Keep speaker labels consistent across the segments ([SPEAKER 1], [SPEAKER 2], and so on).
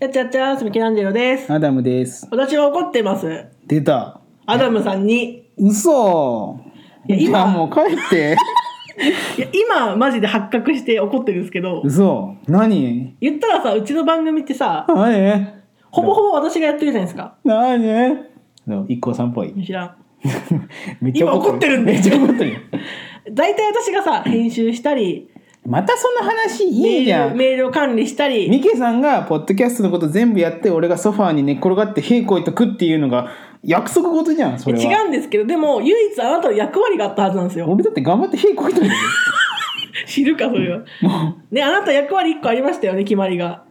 [SPEAKER 1] やっちゃっちゃーす、ミケランジェロです。
[SPEAKER 2] アダムです。
[SPEAKER 1] 私は怒ってます。
[SPEAKER 2] 出た。
[SPEAKER 1] アダムさんに。
[SPEAKER 2] 嘘
[SPEAKER 1] いや今
[SPEAKER 2] じゃあもう帰 って。
[SPEAKER 1] いや、今、マジで発覚して怒ってるんですけど、
[SPEAKER 2] 嘘何
[SPEAKER 1] 言ったらさ、うちの番組ってさ、
[SPEAKER 2] 何
[SPEAKER 1] ほぼほぼ私がやってるじゃないですか。
[SPEAKER 2] 何の一個さんっぽ い。
[SPEAKER 1] 知らん。
[SPEAKER 2] めっちゃ
[SPEAKER 1] 今怒ってるんで
[SPEAKER 2] めっちゃ怒ってる。
[SPEAKER 1] 大体私がさ、編集したり、
[SPEAKER 2] またその話
[SPEAKER 1] メー
[SPEAKER 2] い
[SPEAKER 1] ル
[SPEAKER 2] いじゃん。
[SPEAKER 1] メールを管理したり、
[SPEAKER 2] ミケさんがポッドキャストのこと全部やって、俺がソファーに寝っ転がって、へいこいとくっていうのが約束事じゃん、それは。
[SPEAKER 1] 違うんですけど、でも、唯一あなたの役割があったはずなんですよ。
[SPEAKER 2] 俺だって頑張ってへいこいとる よ。
[SPEAKER 1] 知るか、それは。
[SPEAKER 2] もう。
[SPEAKER 1] ね、あなた役割一個ありましたよね、決まりが。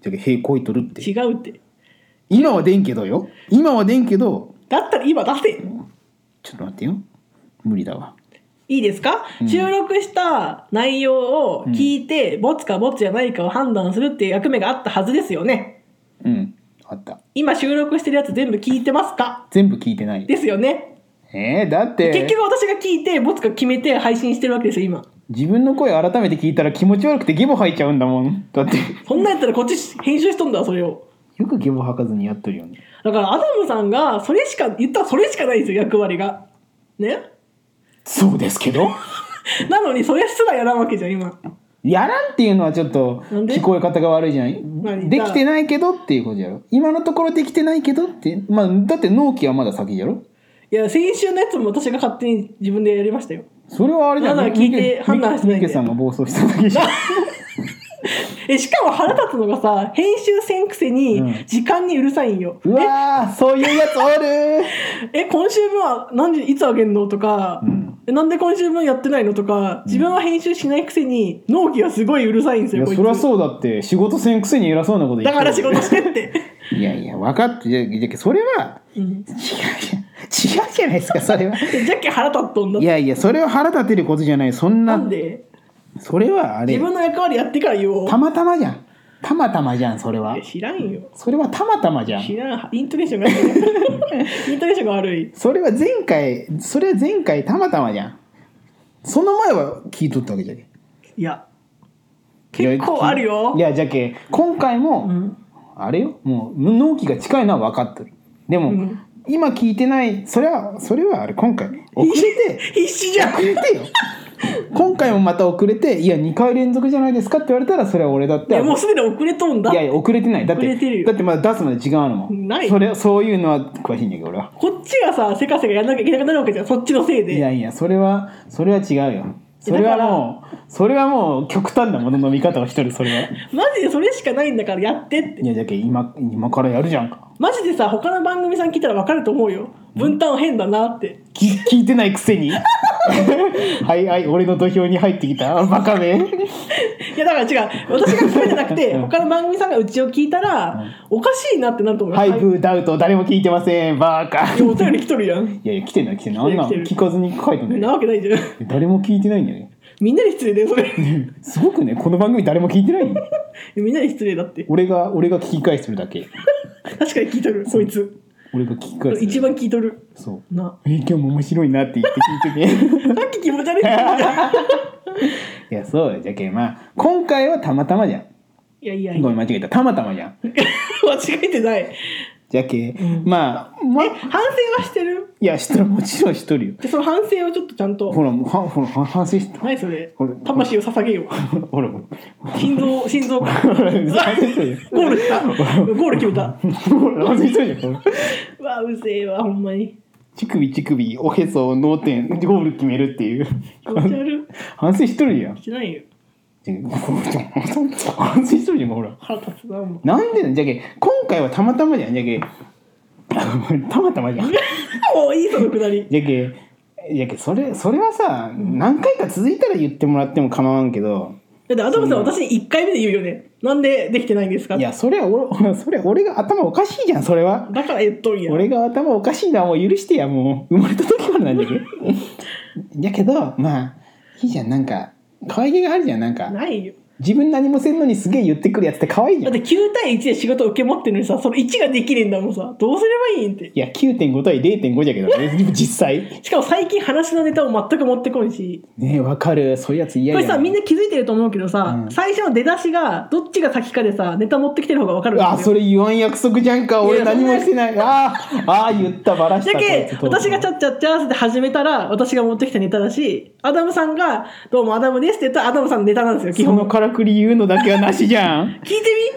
[SPEAKER 2] じゃあへいこいとるって。
[SPEAKER 1] 違うって。
[SPEAKER 2] 今はでんけどよ。今はでんけど、
[SPEAKER 1] だったら今出せ。
[SPEAKER 2] ちょっと待ってよ。無理だわ。
[SPEAKER 1] いいですか、
[SPEAKER 2] うん
[SPEAKER 1] 収録した内容を聞いて、ボツかボツじゃないかを判断するっていう役目があったはずですよね。
[SPEAKER 2] うん。あった。
[SPEAKER 1] 今収録してるやつ全部聞いてますか
[SPEAKER 2] 全部聞いてない。
[SPEAKER 1] ですよね。
[SPEAKER 2] えー、だって
[SPEAKER 1] 結局私が聞いて、ボツか決めて配信してるわけですよ、今。
[SPEAKER 2] 自分の声改めて聞いたら気持ち悪くてゲボ吐いちゃうんだもん。だって
[SPEAKER 1] そんなんやったらこっち編集しとんだわ、それを。
[SPEAKER 2] よくゲボ吐かずにやっとるよね。
[SPEAKER 1] だからアダムさんが、それしか、言ったらそれしかないんですよ、役割が。ね
[SPEAKER 2] そうですけど。
[SPEAKER 1] なのにそれすらやらんわけじゃん、今。
[SPEAKER 2] やらんっていうのはちょっと
[SPEAKER 1] なんで
[SPEAKER 2] 聞こえ方が悪いじゃない
[SPEAKER 1] 何
[SPEAKER 2] できてないけどっていうことやろ今のところできてないけどってまあだって納期はまだ先やろ
[SPEAKER 1] いや、先週のやつも私が勝手に自分でやりましたよ。
[SPEAKER 2] それはあれじゃん
[SPEAKER 1] まだ聞いて判断してないんで
[SPEAKER 2] ミケさんが暴走しただけじゃん
[SPEAKER 1] えしかも腹立つのがさ編集せんくせ
[SPEAKER 2] うん
[SPEAKER 1] に時間にうるさいんよ、
[SPEAKER 2] うわーそういうやつお る
[SPEAKER 1] え今週分は何時いつあげんのとか、
[SPEAKER 2] うん
[SPEAKER 1] えなんで今週分やってないのとか自分は編集しないくせに納期がすごいうるさいんです
[SPEAKER 2] い
[SPEAKER 1] よ、
[SPEAKER 2] や
[SPEAKER 1] こいつ
[SPEAKER 2] そりゃそうだって仕事せんくせに偉そうなこと言って
[SPEAKER 1] だ
[SPEAKER 2] る
[SPEAKER 1] から仕事してって、
[SPEAKER 2] いやいや分かってじゃじゃそれは
[SPEAKER 1] うん、
[SPEAKER 2] 違うじゃん違うじゃないですかそれは
[SPEAKER 1] でジャッキー腹立っとんだ
[SPEAKER 2] いやいやそれは腹立てることじゃないそん
[SPEAKER 1] な
[SPEAKER 2] なん
[SPEAKER 1] で
[SPEAKER 2] それはあれ
[SPEAKER 1] 自分の役割やってから言おう
[SPEAKER 2] たまたまじゃんたまたまじゃんそれはい
[SPEAKER 1] や知らんよ
[SPEAKER 2] それはたまたまじゃん
[SPEAKER 1] 知らんイントネーションが悪い イントネーションが悪い
[SPEAKER 2] それは前回それは前回たまたまじゃんその前は聞いとったわけじゃけ
[SPEAKER 1] いや結構あるよ
[SPEAKER 2] いやじゃけ今回も、
[SPEAKER 1] うん
[SPEAKER 2] あれよもう納期が近いのは分かってるでも、
[SPEAKER 1] うん
[SPEAKER 2] 今聞いてないそれはそれはあれ今回遅れて
[SPEAKER 1] 必死じゃん
[SPEAKER 2] 遅れてよ今回もまた遅れて「いや2回連続じゃないですか」って言われたらそれは俺だっ
[SPEAKER 1] い
[SPEAKER 2] て
[SPEAKER 1] やもうすでに遅れとんだ
[SPEAKER 2] いやいや遅れてないだっ
[SPEAKER 1] 遅れてる
[SPEAKER 2] て
[SPEAKER 1] よ
[SPEAKER 2] だってまだ出すまで時間あるもん
[SPEAKER 1] ない
[SPEAKER 2] それそういうのは詳しいんだけど俺は
[SPEAKER 1] こっちがさせかせかやらなきゃいけなくなるわけじゃんそっちのせいで
[SPEAKER 2] いやいやそれはそれは違うよそれはもうそれはもう極端なものの見方をしてるそれは
[SPEAKER 1] マジでそれしかないんだからやってって
[SPEAKER 2] いやじゃけ今今からやるじゃんか
[SPEAKER 1] マジでさ他の番組さん聞いたら分かると思うよ分担変だなって
[SPEAKER 2] き聞いてないくせ にはいはい俺の土俵に入ってきたバカめ
[SPEAKER 1] いやだから違う私が聞くんじゃなくて他の番組さんがうちを聞いたらおかしいなってなると思うよ
[SPEAKER 2] ハイブーダウト誰も聞いてませんバカ
[SPEAKER 1] いやお便り来とるやん
[SPEAKER 2] いやいや来てんない来てんないあんな
[SPEAKER 1] 来
[SPEAKER 2] ん
[SPEAKER 1] てる来て
[SPEAKER 2] 聞かずに書いたんだよ
[SPEAKER 1] なわけないじゃん
[SPEAKER 2] 誰も聞いてないんだよね
[SPEAKER 1] みんなに失礼だよそれ
[SPEAKER 2] すごくねこの番組誰も聞いてないよ
[SPEAKER 1] みんなに失礼だって
[SPEAKER 2] 俺が俺が聞き返してるだけ
[SPEAKER 1] 確かに聞いとるこいつ
[SPEAKER 2] 俺が聞き返してる
[SPEAKER 1] 一番聞いとる
[SPEAKER 2] そう
[SPEAKER 1] な
[SPEAKER 2] え今日も面白いなって言って聞い て
[SPEAKER 1] さっき気持ち悪いって言ったじ ゃん
[SPEAKER 2] ていやそうよじゃけんまあ今回はたまたまじゃん
[SPEAKER 1] いやいやいや
[SPEAKER 2] ごめん間違えたたまたまじゃん
[SPEAKER 1] 間違えてない
[SPEAKER 2] じゃけ、まあまあ
[SPEAKER 1] 反省はしてる
[SPEAKER 2] いや知っとるもちろん知っとるよ
[SPEAKER 1] でその反省をちょっとちゃんと
[SPEAKER 2] ほらもうはほらは反省した
[SPEAKER 1] 何それ
[SPEAKER 2] これ
[SPEAKER 1] 魂を捧げよう
[SPEAKER 2] ほらほらほ
[SPEAKER 1] 心臓心臓ゴ
[SPEAKER 2] ら
[SPEAKER 1] ールしたゴール決めた
[SPEAKER 2] ほら反省したじゃんほら
[SPEAKER 1] うわうぜえわほんまに
[SPEAKER 2] 乳首乳首おへそ脳天ゴール決めるっていう
[SPEAKER 1] 気持ち悪い
[SPEAKER 2] 反省しとるやん
[SPEAKER 1] してないよ
[SPEAKER 2] じゃけ反省しとるやんほら
[SPEAKER 1] 腹立つなも
[SPEAKER 2] なんでなんじゃけ今回はたまたまじゃんじゃけ たまたまじゃ
[SPEAKER 1] う
[SPEAKER 2] ん
[SPEAKER 1] もういいそのくだり
[SPEAKER 2] じゃけじゃけそれそれはさ何回か続いたら言ってもらっても構わんけど
[SPEAKER 1] だってアダムさん私に1回目で言うよねなんでできてないんですか
[SPEAKER 2] い
[SPEAKER 1] だ
[SPEAKER 2] やそれは俺 それは俺が頭おかしいじゃんそれは
[SPEAKER 1] から言っとんや
[SPEAKER 2] 俺が頭おかしいのはもう許してやもう生まれた時からなんだ けどだけどまあいいじゃんなんか可愛げがあるじゃんなんか
[SPEAKER 1] ないよ
[SPEAKER 2] 自分何もせんのにすげえ言ってくるやつって可愛いじ
[SPEAKER 1] だ
[SPEAKER 2] ゃ
[SPEAKER 1] っ
[SPEAKER 2] ん。
[SPEAKER 1] て9
[SPEAKER 2] い
[SPEAKER 1] 対1で仕事を受け持ってるのにさ、その1ができねえんだもんさ、どうすればいいんって。
[SPEAKER 2] や、9.5対0.5じゃけ どね、実際。
[SPEAKER 1] しかも最近話のネタを全く持ってこいし、
[SPEAKER 2] ねえ、わかる。そういうやつ嫌
[SPEAKER 1] こ
[SPEAKER 2] や
[SPEAKER 1] れさ、みん
[SPEAKER 2] な。
[SPEAKER 1] な気づいてると思うけどさ、
[SPEAKER 2] うん
[SPEAKER 1] 最初の出だしが、どっちが先かでさ、ネタ持ってきてる方がわかるんですよ。
[SPEAKER 2] あ、それ言わん約束じゃんか。俺
[SPEAKER 1] いや
[SPEAKER 2] 何もしてない。あーあー、言った、ばらし
[SPEAKER 1] だ
[SPEAKER 2] た。
[SPEAKER 1] け私がちゃっちゃっちゃーって始めたら私が持ってきたネタだしアダムさんが「どうもアダムです」って言ったらアダムさんのネタなんですよ基
[SPEAKER 2] そ
[SPEAKER 1] 本
[SPEAKER 2] のからくり言うのだけはなしじゃん。
[SPEAKER 1] 聞いて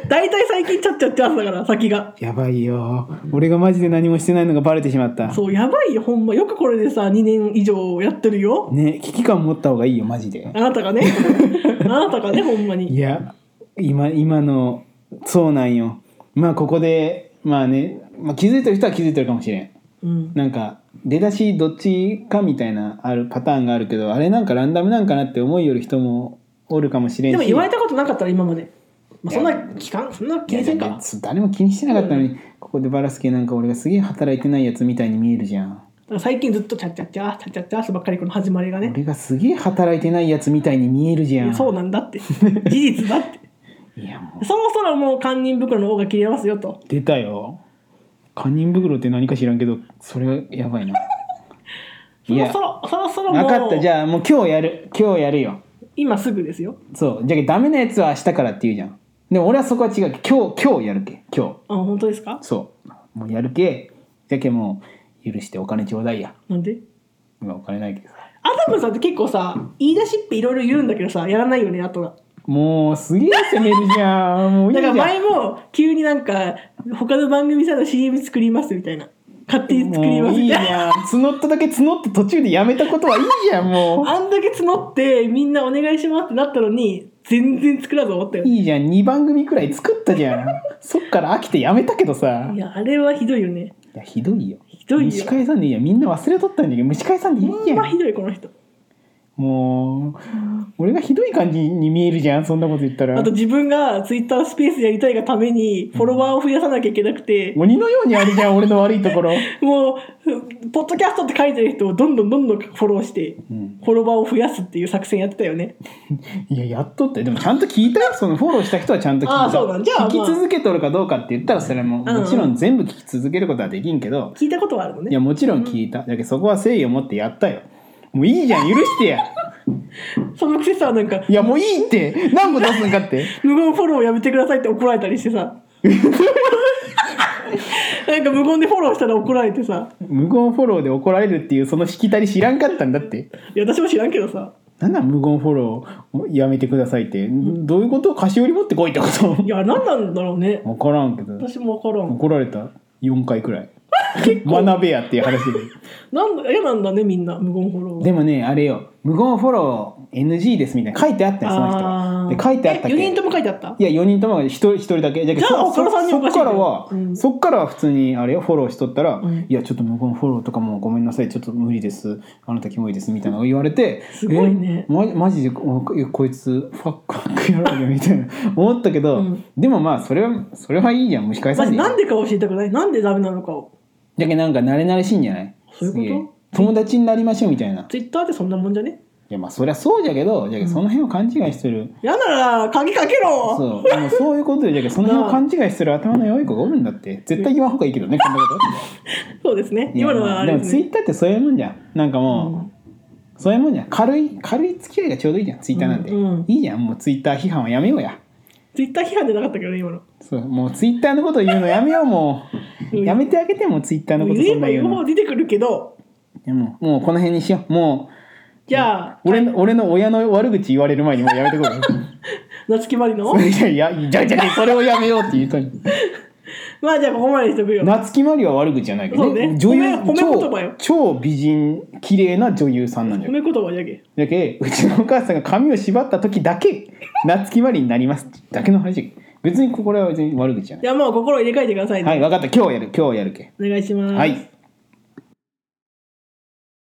[SPEAKER 1] み大体最近ちゃっちゃっちゃーだから先が
[SPEAKER 2] やばいよ。俺がマジで何もしてないのがバレてしまった。
[SPEAKER 1] そうやばいよほんまよくこれでさ2年以上やってるよ
[SPEAKER 2] ね、危機感持った方がいいよ、マジで。
[SPEAKER 1] あなたがね あなたがねほんまに
[SPEAKER 2] いや、今、今の、そうなんよ。まあ、ここで、まあね、まあ、気づいてる人は気づいてるかもしれん。
[SPEAKER 1] うん
[SPEAKER 2] なんか、出だしどっちかみたいなあるパターンがあるけど、あれなんかランダムなんかなって思いよる人もおるかもしれんし。
[SPEAKER 1] でも言われたことなかったら今まで、まあ、そん
[SPEAKER 2] い
[SPEAKER 1] な期間そんな気
[SPEAKER 2] いや
[SPEAKER 1] にせんかだ
[SPEAKER 2] だって誰も気にしてなかったのに、ここでバラす系なんか俺がすげえ働いてないやつみたいに見えるじゃん。
[SPEAKER 1] から最近ずっとちゃっちゃっちゃーちゃっちゃっちゃーばっかりこの始まりがね
[SPEAKER 2] 俺がすげえ働いてないやつみたいに見えるじゃん。
[SPEAKER 1] そうなんだって事実だ って
[SPEAKER 2] いやもう
[SPEAKER 1] そろそろもう堪忍袋の方が切れますよと
[SPEAKER 2] 出たよ堪忍袋って何か知らんけどそれはやば いな
[SPEAKER 1] そ
[SPEAKER 2] い
[SPEAKER 1] ろ
[SPEAKER 2] や
[SPEAKER 1] そろそろそろも
[SPEAKER 2] 分
[SPEAKER 1] う
[SPEAKER 2] かったじゃあもう今日やる今日やるよ
[SPEAKER 1] 今すぐですよ
[SPEAKER 2] そうじゃあダメなやつは明日からって言うじゃんでも俺はそこは違う今日今日やるけ今
[SPEAKER 1] あ本当ですか
[SPEAKER 2] 日そうもうやるけじゃけもう許してお金ちょうだいや
[SPEAKER 1] なんで
[SPEAKER 2] 今お金ないけどさ
[SPEAKER 1] アダムさんって結構さ言い出しっぺいろいろ言うんだけどさやらないよねあとは
[SPEAKER 2] もうすげえ責めるじゃんもうい
[SPEAKER 1] だ
[SPEAKER 2] いじ
[SPEAKER 1] か
[SPEAKER 2] ゃ
[SPEAKER 1] ら
[SPEAKER 2] ん
[SPEAKER 1] 前も急になんか他の番組さんの CM 作りますみたいな勝手に作り
[SPEAKER 2] も
[SPEAKER 1] ます
[SPEAKER 2] うい
[SPEAKER 1] み
[SPEAKER 2] いじ
[SPEAKER 1] たいな
[SPEAKER 2] ゃん募っただけ募って途中でやめたことはいいじゃんも う
[SPEAKER 1] あんだけ募ってみんなお願いしますってなったのに全然作らず思ったよ
[SPEAKER 2] いいじゃん2番組くらい作ったじゃんそっから飽きてやめたけどさ
[SPEAKER 1] いやあれはひどいよね
[SPEAKER 2] いやひどいよ
[SPEAKER 1] ひどいよ
[SPEAKER 2] 蒸し返さんでいいやみんな忘れとったんだけど蒸し返さんでいい
[SPEAKER 1] ほ
[SPEAKER 2] じ
[SPEAKER 1] ん
[SPEAKER 2] ゃ
[SPEAKER 1] ま
[SPEAKER 2] ん
[SPEAKER 1] ひどいこの人
[SPEAKER 2] もう俺がひどい感じに見えるじゃんそんなこと言ったら
[SPEAKER 1] あと自分がツイッタースペースやりたいがためにフォロワーを増やさなきゃいけなくて、
[SPEAKER 2] 鬼のようにあるじゃん俺の悪いと ころ、
[SPEAKER 1] もう、ポッドキャストって書いてる人をどんどんどんどんフォローして、
[SPEAKER 2] うん、
[SPEAKER 1] フォロワーを増やすっていう作戦やってたよね。
[SPEAKER 2] いややっとってでもちゃんと聞いたよそのフォローした人はちゃんと聞いた
[SPEAKER 1] あそうなんじゃあ
[SPEAKER 2] 聞き続けとるかどうかって言ったらそれはもう
[SPEAKER 1] うんうん
[SPEAKER 2] もちろん全部聞き続けることはできんけど、
[SPEAKER 1] 聞いたことはあるの
[SPEAKER 2] い
[SPEAKER 1] ね。
[SPEAKER 2] やもちろん聞いただけどそこは誠意を持ってやったよもういいじゃん許し てや
[SPEAKER 1] そのくせさ、なんか、
[SPEAKER 2] いやもういいって何個出すんかって
[SPEAKER 1] 無言フォローやめてくださいって怒られたりしてさ。なんか無言でフォローしたら怒られてさ。
[SPEAKER 2] 無言フォローで怒られるっていうそのしきたり知らんかったんだって
[SPEAKER 1] いや、私も知らんけどさ。
[SPEAKER 2] なんだ無言フォローやめてくださいってどういうこと菓子折り持ってこいってこ
[SPEAKER 1] いや、何なんだろうね。
[SPEAKER 2] と分からんけど
[SPEAKER 1] 私もわからん。
[SPEAKER 2] 怒られた4回くらい学べやっていう話
[SPEAKER 1] なんだ、嫌なんだね、みんな、無言フォロ
[SPEAKER 2] で
[SPEAKER 1] ー。
[SPEAKER 2] でもねあれよ無言フォロー NG ですみたいな書いてあったよその人
[SPEAKER 1] あ
[SPEAKER 2] は
[SPEAKER 1] ー
[SPEAKER 2] で書いてあった
[SPEAKER 1] え四
[SPEAKER 2] け
[SPEAKER 1] 人とも書いてあった
[SPEAKER 2] いや4人ともが一人一人だけじゃけ
[SPEAKER 1] じゃあ
[SPEAKER 2] そ
[SPEAKER 1] 他の三人
[SPEAKER 2] そ
[SPEAKER 1] おか
[SPEAKER 2] っ
[SPEAKER 1] しい
[SPEAKER 2] か
[SPEAKER 1] よ
[SPEAKER 2] らは、
[SPEAKER 1] うん
[SPEAKER 2] そっからは普通にあれよフォローしとったら、
[SPEAKER 1] うん
[SPEAKER 2] いやちょっと無言フォローとかもごめんなさいちょっと無理ですあなたキモいですみたいなのを言われて
[SPEAKER 1] すごいね
[SPEAKER 2] えまマジでおいやこいつファックファックやろうよみたいな 思ったけど、
[SPEAKER 1] うん
[SPEAKER 2] でもまあそれはそれはいいじゃん蒸し返さ
[SPEAKER 1] マ
[SPEAKER 2] ん
[SPEAKER 1] ジ
[SPEAKER 2] でいい
[SPEAKER 1] なんでか教えたくないなんでダメなのかを。
[SPEAKER 2] じゃけなんか慣れ慣れしいんじゃない
[SPEAKER 1] そういうこと
[SPEAKER 2] すげえ友達になりましょうみたいな
[SPEAKER 1] ツイッターってそんなもんじゃね
[SPEAKER 2] いやまあそりゃそうじゃけどじゃけその辺を勘違いしてる、
[SPEAKER 1] 嫌なら、鍵かけろ
[SPEAKER 2] そうでもそういうことでじゃけその辺を勘違いしてる頭の良い子がおるんだって絶対言わん方がいいけどねこんなこと
[SPEAKER 1] そうですね。今のはあ
[SPEAKER 2] で
[SPEAKER 1] れ
[SPEAKER 2] も
[SPEAKER 1] です
[SPEAKER 2] ツイ
[SPEAKER 1] ね。
[SPEAKER 2] ッターってそういうもんじゃんなんか
[SPEAKER 1] う
[SPEAKER 2] も
[SPEAKER 1] ん
[SPEAKER 2] う、そういうもんじゃん軽い軽い付き合いがちょうどいいじゃんツイッターなんて、
[SPEAKER 1] うんうん
[SPEAKER 2] いいじゃんもうツイッター批判はやめようや
[SPEAKER 1] ツイッター批判じゃなかったけどね、今の。
[SPEAKER 2] そうもうツイッターのこと言うのやめようもう
[SPEAKER 1] うん
[SPEAKER 2] やめてあげてもうツイッターのこと
[SPEAKER 1] 言
[SPEAKER 2] そ
[SPEAKER 1] え
[SPEAKER 2] んな
[SPEAKER 1] ば
[SPEAKER 2] 言
[SPEAKER 1] 言
[SPEAKER 2] う
[SPEAKER 1] う
[SPEAKER 2] の
[SPEAKER 1] ほど出てくるけど、
[SPEAKER 2] いやもうもうこの辺にしようも
[SPEAKER 1] じゃあ、
[SPEAKER 2] う俺の俺の親の悪口言われる前にもうやめてこ
[SPEAKER 1] 夏木マリの
[SPEAKER 2] いいやいやじゃあじゃあそれをやめようって言うとに
[SPEAKER 1] まあじゃあここまでにしとくよ。
[SPEAKER 2] 夏木マリは悪口じゃないけど、
[SPEAKER 1] そうね
[SPEAKER 2] 女優
[SPEAKER 1] 褒め褒め言葉よ
[SPEAKER 2] 超超美人綺麗な女優さんなんじゃ
[SPEAKER 1] 褒め言葉じゃけ。
[SPEAKER 2] だけうちのお母さんが髪を縛った時だけ夏木まりになりますだけの話別にこれは別に悪口じゃない
[SPEAKER 1] じゃあもう心を入れ替えてくださいね。
[SPEAKER 2] はい分かった今日やる今日やるけ
[SPEAKER 1] お願いします。
[SPEAKER 2] はい